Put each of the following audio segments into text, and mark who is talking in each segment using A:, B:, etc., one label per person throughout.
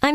A: I'm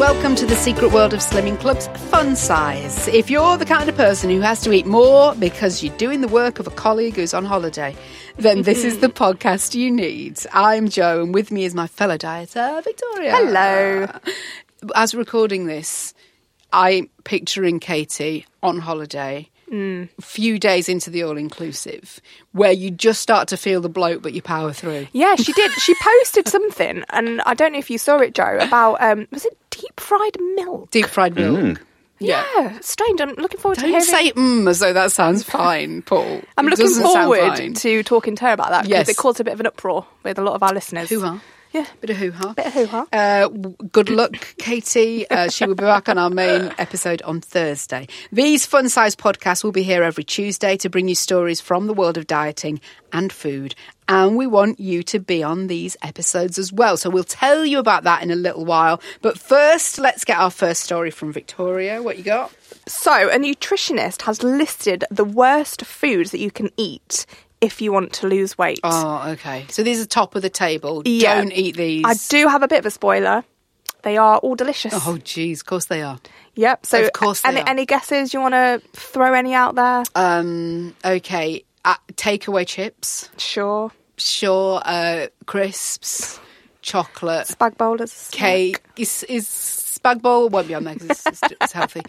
B: Welcome to the secret world of Slimming Club's fun size. If you're the kind of person who has to eat more because you're doing the work of a colleague who's on holiday, then this is the podcast you need. I'm Joe, and with me is my fellow dieter, Victoria.
C: Hello.
B: As recording this, I'm picturing Katie on holiday, few days into the all inclusive, where you just start to feel the bloat, but you power through.
C: Yeah, she did. She posted something, and I don't know if you saw it, Joe, about um, was it deep fried milk?
B: Deep fried milk.
C: yeah. strange. I'm looking forward to
B: Don't
C: hearing.
B: say mm as though that sounds fine, Paul.
C: I'm
B: It
C: looking
B: doesn't sound
C: forward
B: fine.
C: to talking to her about that because
B: Yes.
C: it caused a bit of an uproar with a lot of our listeners.
B: Hoo ha.
C: Yeah.
B: Bit of hoo ha.
C: Bit of hoo-ha.
B: Uh, w- good luck, Katie. Uh, she will be back on our main episode on Thursday. These fun size podcasts will be here every Tuesday to bring you stories from the world of dieting and food. And we want you to be on these episodes as well. So we'll tell you about that in a little while. But first, let's get our first story from Victoria. What you got?
C: So, a nutritionist has listed the worst foods that you can eat if you want to lose weight.
B: Oh, okay. So these are top of the table.
C: Yeah.
B: Don't eat these.
C: I do have a bit of a spoiler. They are all delicious.
B: Oh, geez. Of course they are.
C: Yep. So,
B: Of course they
C: any,
B: are.
C: any guesses? You want to throw any out there?
B: Um, okay. Uh, takeaway chips.
C: sure.
B: sure uh, crisps, chocolate,
C: Spag bowl is a snack.
B: cake. Is, is spag bowl won't be on there because it's, it's, it's healthy.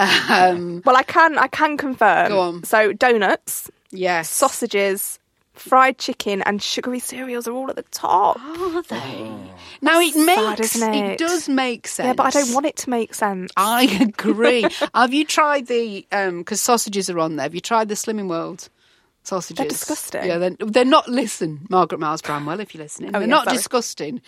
B: Um,
C: Well, I can I can confirm.
B: Go on.
C: So donuts,
B: yes,
C: sausages, fried chicken, and sugary cereals are all at the top.
B: Are they? Now it makes
C: sad, isn't
B: it?
C: it?
B: does make sense.
C: Yeah, but I don't want it to make sense.
B: I agree. Have you tried the? Because sausages are on there. Have you tried the Slimming World? Sausages.
C: disgusting. Oh,
B: Yeah, they're, they're not. Listen, Margaret Miles Bramwell, if you're listening, they're
C: yeah,
B: not
C: sorry.
B: disgusting,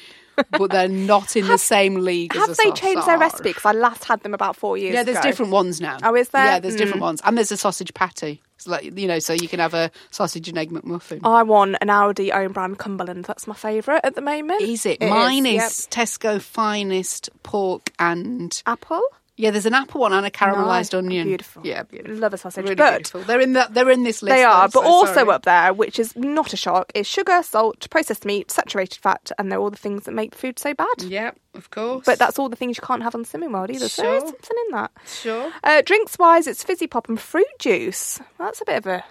B: but they're not in the same league.
C: Have
B: as a
C: they changed their
B: sausage.
C: recipe? Because I last had them about four years.
B: Yeah, there's
C: ago.
B: different ones now.
C: Oh, is there?
B: Yeah, there's different
C: Mm.
B: ones, and there's a sausage patty. It's like you know, so you can have a sausage and egg McMuffin.
C: I want an Audi own brand Cumberland. That's my favourite at the moment.
B: is it?
C: is,
B: Mine is,
C: yep.
B: Tesco finest pork and
C: apple.
B: yeah. There's an apple one and a caramelized
C: Nice.
B: onion.
C: Beautiful.
B: Yeah, beautiful.
C: Love a sausage.
B: Really
C: but
B: beautiful. They're in that. They're in this list.
C: They are,
B: though,
C: but
B: so
C: also
B: sorry.
C: up there, which is not a shock, is sugar, salt, processed meat, saturated fat, and they're all the things that make food so bad.
B: Yeah, of course.
C: But that's all the things you can't have on Slimming World either. So there's
B: Sure.
C: something in that.
B: sure.
C: Uh, drinks wise, it's fizzy pop and fruit juice. Well, that's a bit of a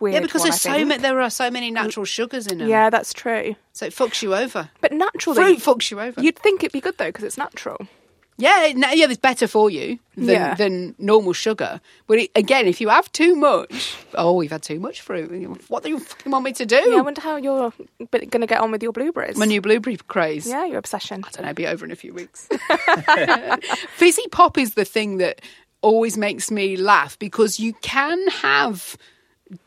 C: weird.
B: Yeah, because
C: one, I
B: there's so
C: think.
B: many. There are so many natural sugars in them.
C: Yeah, that's true.
B: So it fucks you over.
C: But naturally,
B: Fruit fucks you over.
C: you'd think it'd be good though because it's natural.
B: Yeah, no, yeah, it's better for you than,
C: Yeah.
B: than normal sugar. But it, again, if you have too much, oh, we've had too much fruit. What do you fucking want me to do?
C: Yeah, I wonder how you're going to get on with your blueberries.
B: My new blueberry craze.
C: yeah, your obsession.
B: I don't know, be over in a few weeks. Fizzy pop is the thing that always makes me laugh because you can have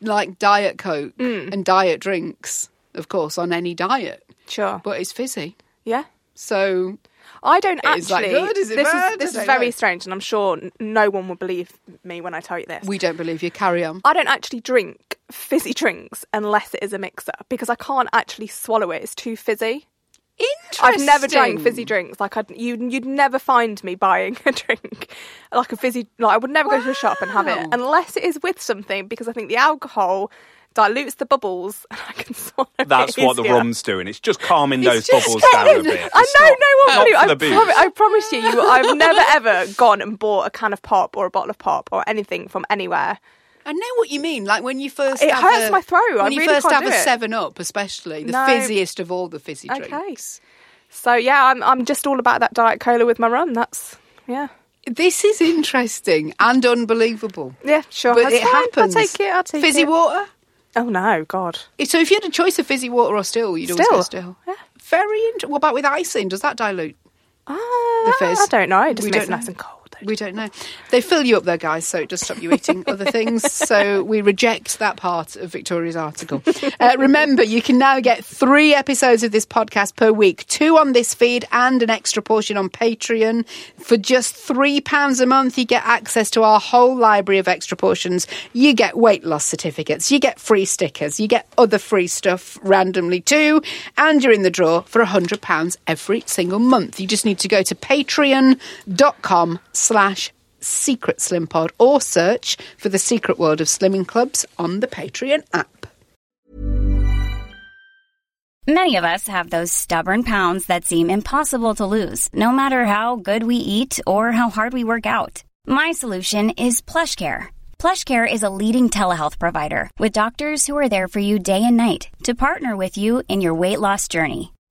B: like diet coke
C: Mm.
B: and diet drinks, of course, on any diet,
C: Sure.
B: but it's fizzy.
C: yeah.
B: So
C: I don't
B: Is that
C: actually.
B: good? Is it
C: this
B: bad?
C: is
B: I
C: this is
B: don't
C: very
B: know.
C: strange, and I'm sure n- no one will believe me when I tell you this.
B: we don't believe you. Carry on.
C: I don't actually drink fizzy drinks unless it is a mixer because I can't actually swallow it. It's too fizzy. I've never drank
B: Interesting.
C: fizzy drinks. Like I'd, you'd, you'd never find me buying a drink, like a fizzy. Like I would never go to a shop and have it
B: Wow.
C: unless it is with something because I think the alcohol dilutes the bubbles and I can swallow.
D: That's
C: it
D: what the
C: easier.
D: rum's doing. It's just calming
B: It's
D: those
B: just
D: bubbles
B: calming.
D: down a bit.
C: I
D: It's
C: know
D: not-
C: no one
D: not
C: will.
D: for
C: I,
D: the booze.
C: promi- I promise you, you, I've never ever gone and bought a can of pop or a bottle of pop or anything from anywhere.
B: I know what you mean. Like when you first
C: It
B: have
C: hurts
B: a-
C: my throat. I
B: When you
C: really
B: first
C: can't
B: have
C: do
B: a
C: it.
B: Seven Up, especially the
C: No.
B: fizziest of all the fizzy
C: Okay.
B: drinks.
C: So yeah, I'm I'm just all about that diet cola with my rum. That's yeah.
B: This is interesting and unbelievable.
C: Yeah, sure.
B: But
C: That's
B: it
C: fine.
B: happens.
C: I'll take it. I'll take
B: Fizzy
C: it.
B: water.
C: Oh no, God.
B: So if you had a choice of fizzy water or still, you'd always
C: Still.
B: go still.
C: Yeah.
B: Very interesting. What about with icing? Does that dilute?
C: Ah,
B: the fizz.
C: I don't know. It just
B: We don't
C: makes it nice
B: know.
C: and cold. Though.
B: We don't know. They fill you up there, guys, so it does stop you eating other things. So we reject that part of Victoria's article. Uh, remember, you can now get three episodes of this podcast per week two on this feed and an extra portion on Patreon. For just £3 a month, you get access to our whole library of extra portions. You get weight loss certificates, you get free stickers, you get other free stuff randomly too, and you're in the draw for £100 every single month. You just need to go to patreon.com slash secret slim pod or search for the secret world of slimming clubs on the Patreon app.
D: Many of us have those stubborn pounds that seem impossible to lose, no matter how good we eat or how hard we work out. My solution is PlushCare. PlushCare is a leading telehealth provider with doctors who are there for you day and night to partner with you in your weight loss journey.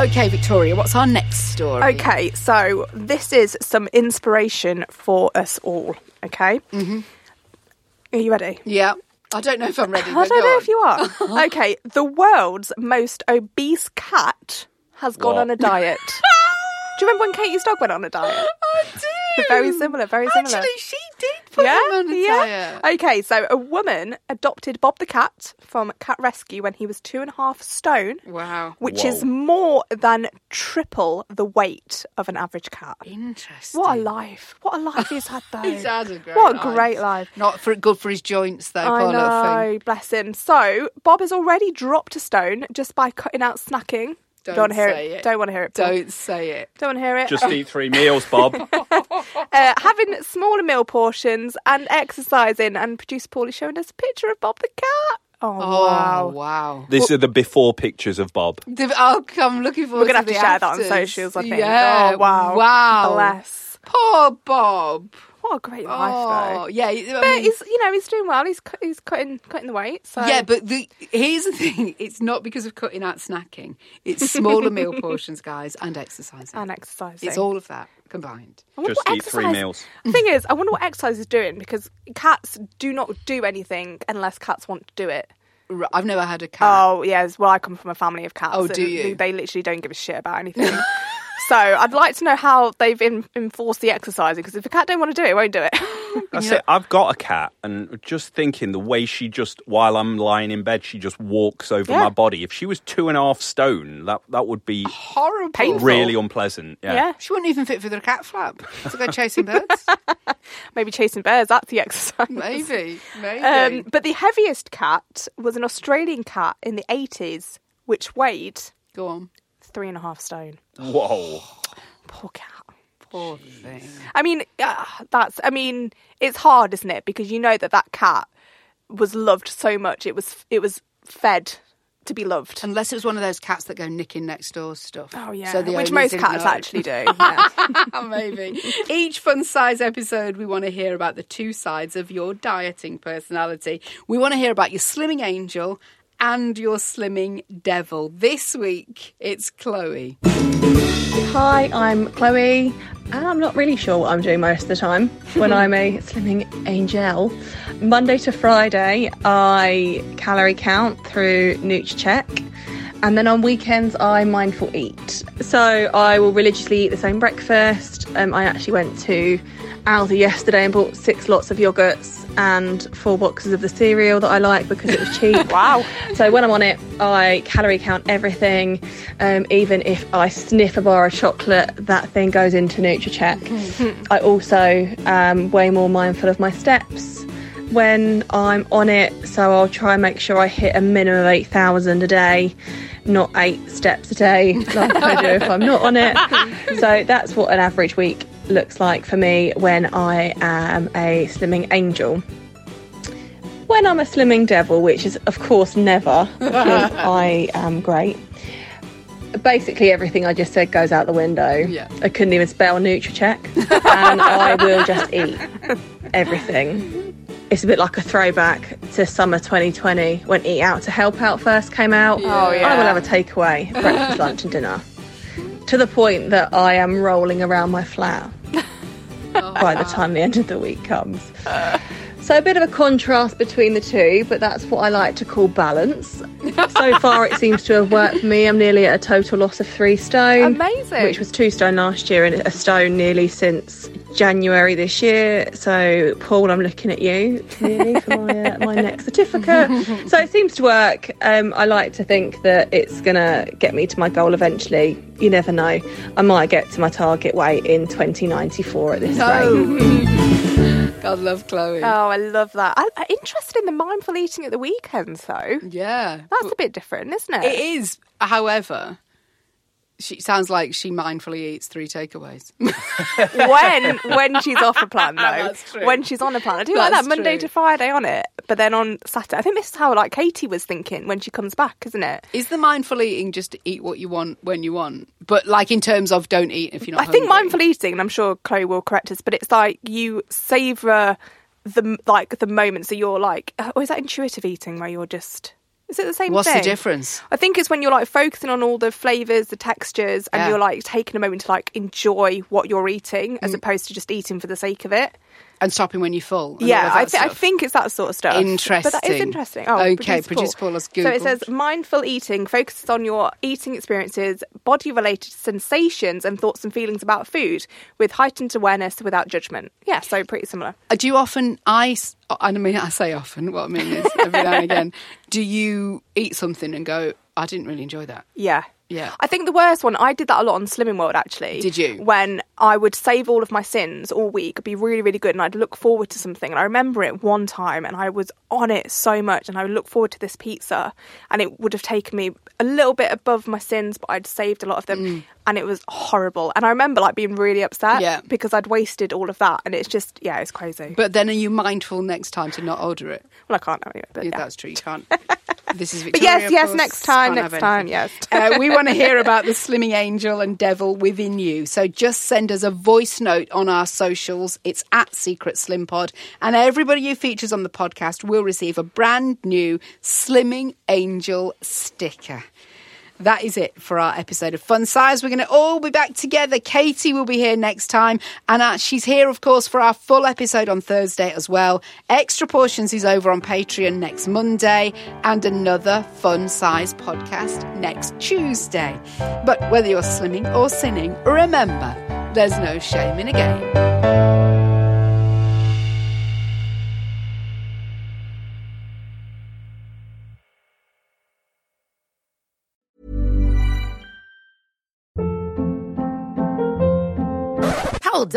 B: Okay, Victoria, what's our next story?
C: Okay, so this is some inspiration for us all. Okay. Mm-hmm. Are you ready?
B: Yeah. I don't know if I'm ready.
C: I don't know if you are. okay, the world's most obese cat has gone on a diet. Do you remember when Katie's dog went on a diet?
B: I do.
C: Very similar, very similar.
B: Actually, Oh, she did put him on a diet.
C: Okay, so a woman adopted Bob the cat from Cat Rescue when he was two and a half stone,
B: Wow.
C: which is more than triple the weight of an average cat.
B: Interesting.
C: What a life! What a life he's had though.
B: He's had a great
C: what a
B: life.
C: great life.
B: Not for good for his joints though. poor
C: I
B: little
C: know,
B: thing.
C: bless him. So Bob has already dropped a stone just by cutting out snacking.
B: Don't
C: wanna hear
B: say it.
C: Don't want to hear it. Paul.
B: Don't say it.
C: Don't want to hear it.
E: Just eat three meals, Bob.
C: Uh, having smaller meal portions and exercising, and producer Paul is showing us a picture of Bob the cat. Oh,
B: Oh wow.
C: wow.
E: These are the before pictures of Bob.
B: The- I'll come looking forward
C: We're gonna have
B: the
C: to share that on
B: afters.
C: socials. I think.
B: Yeah.
C: Oh, wow.
B: Wow.
C: Bless.
B: Poor Bob.
C: What a great life,
B: Oh,
C: though.
B: yeah. I
C: But
B: mean-
C: he's, you know, he's doing well. He's cut, he's cutting cutting the weight. So
B: Yeah, but the, here's the thing: it's not because of cutting out snacking. It's smaller meal portions, guys, and exercising.
C: and exercising.
B: It's all of that combined.
C: I wonder
E: Just
C: what
E: eat three
C: exercise-
E: meals.
C: Thing is, I wonder what exercise is doing because cats do not do anything unless cats want to do it.
B: R- I've never had a cat.
C: Oh yes, well I come from a family of cats.
B: Oh, do
C: and
B: you?
C: They literally don't give a shit about anything. so I'd like to know how they've in- enforced the exercising because if a cat don't want to do it, it won't do it.
E: That's it. I've got a cat, and just thinking the way she just, while I'm lying in bed, she just walks over
C: Yeah.
E: my body. If she was two and a half stone, that, that would be
B: Horrible.
E: really unpleasant. Yeah.
C: yeah,
B: She wouldn't even fit through the cat flap to go chasing birds.
C: maybe chasing bears. That's the exercise.
B: maybe, maybe.
C: Um, but the heaviest cat was an Australian cat in the 80s, which weighed
B: go on.
C: three and a half stone.
E: Whoa.
C: Poor cat.
B: Poor thing.
C: I mean, uh, that's. I mean, it's hard, isn't it? Because you know that that cat was loved so much. It was. It was fed
F: to be loved.
B: Unless it was one of those cats that go nicking next door stuff.
F: Oh yeah,
B: So the
F: which
B: owners
F: most
B: didn't
F: cats
B: know. Oh,
F: actually do. yeah.
B: Maybe. Each fun size episode, we want to hear about the two sides of your dieting personality. We want to hear about your slimming angel and your slimming devil. This week, it's Chloe.
C: Hi, I'm Chloe, and I'm not really sure what I'm doing most of the time when I'm a slimming angel. Monday to Friday, I calorie count through NutriCheck, and then on weekends, I mindful eat. So I will religiously eat the same breakfast. Um, I actually went to Aldi yesterday and bought six lots of yogurts and four boxes of the cereal that I like because it was cheap.
F: Wow.
C: So when I'm on it, I calorie count everything. Um, even if I sniff a bar of chocolate, that thing goes into NutriCheck. I also um, way more mindful of my steps when I'm on it. So I'll try and make sure I hit a minimum of eight thousand a day, not eight steps a day like I do if I'm not on it. So that's what an average week looks like for me when I am a slimming angel when I'm a slimming devil, which is of course never because I am great. Basically, everything I just said goes out the window.
B: Yeah.
C: I couldn't even spell NutriCheck, and I will just eat everything. It's a bit like a throwback to summer 2020 when Eat Out to Help Out first came out.
F: Oh,
C: I will
F: yeah.
C: have a takeaway, breakfast, lunch, and dinner. To the point that I am rolling around my flat by the time the end of the week comes. So a bit of a contrast between the two, but that's what I like to call balance. So far, it seems to have worked for me. I'm nearly at a total loss of three stone,
F: Amazing.
C: which was two stone last year and a stone nearly since January this year. So Paul, I'm looking at you nearly for my, uh, my next certificate. So it seems to work. Um, I like to think that it's gonna get me to my goal eventually. You never know. I might get to my target weight in 2094 at this rate.
B: God love Chloe.
F: Oh, I love that. I, I'm interested in the mindful eating at the weekends, though.
B: yeah.
F: That's a bit different, isn't it?
B: It is, however, she sounds like she mindfully eats three takeaways.
F: when when she's off a plan though.
B: That's true.
F: When she's on a plan. I do like
B: That's
F: that Monday
B: true.
F: to Friday on it, but then on Saturday. I think this is how like Katie was thinking when she comes back, isn't it?
B: is the mindful eating just to eat what you want when you want? But like in terms of don't eat if you're not
F: I think
B: hungry.
F: mindful eating, and I'm sure Chloe will correct us, but it's like you savour the like the moment. So you're like, or is that intuitive eating where you're just? Is it the same
B: What's
F: thing?
B: the difference?
F: I think it's when you're like focusing on all the flavors, the textures, and
B: Yeah.
F: you're like taking a moment to like enjoy what you're eating
B: Mm.
F: as opposed to just eating for the sake of it.
B: And stopping when you're full. and all
F: e- Yeah,
B: of that
F: I, th- I
B: stuff.
F: think it's that sort of stuff. But that is
B: Interesting.
F: interesting. Oh,
B: Okay,
F: producer
B: producer Paul has
F: So it
B: Googled.
F: says mindful eating focuses on your eating experiences, body related sensations, and thoughts and feelings about food with heightened awareness without judgment. Yeah, so pretty similar.
B: Uh, Do you often, I, s- I mean, I say often, what I mean is every now and again, do you eat something and go, I didn't really enjoy that?
F: Yeah.
B: Yeah.
F: I think the worst one, I did that a lot on Slimming World actually.
B: Did you?
F: When I would save all of my sins all week, it'd be really, really good, and I'd look forward to something. And I remember it one time, and I was on it so much, and I would look forward to this pizza, and it would have taken me a little bit above my sins, but I'd saved a lot of them, and it was horrible. And I remember like being really upset
B: Mm. Yeah.
F: because I'd wasted all of that, and it's just, yeah, it's crazy.
B: But then are you mindful next time to not order it?
F: well, I can't now anyway, but
B: Yeah,
F: yeah.
B: That's true, you can't. This is
F: But
B: Victoria.
F: yes,
B: of
F: yes,
B: course,
F: next time,
B: can't have
F: next time,
B: anything.
F: yes.
B: uh, we want to hear about the slimming angel and devil within you. So just send us a voice note on our socials. It's at Secret Slim Pod. And everybody who features on the podcast will receive a brand new Slimming Angel sticker. That is it for our episode of Fun Size. We're going to all be back together. Katie will be here next time. And uh, she's here, of course, for our full episode on Thursday as well. Extra Portions is over on Patreon next Monday and another Fun Size podcast next Tuesday. But whether you're slimming or sinning, remember, there's no shame in a game.
G: Hold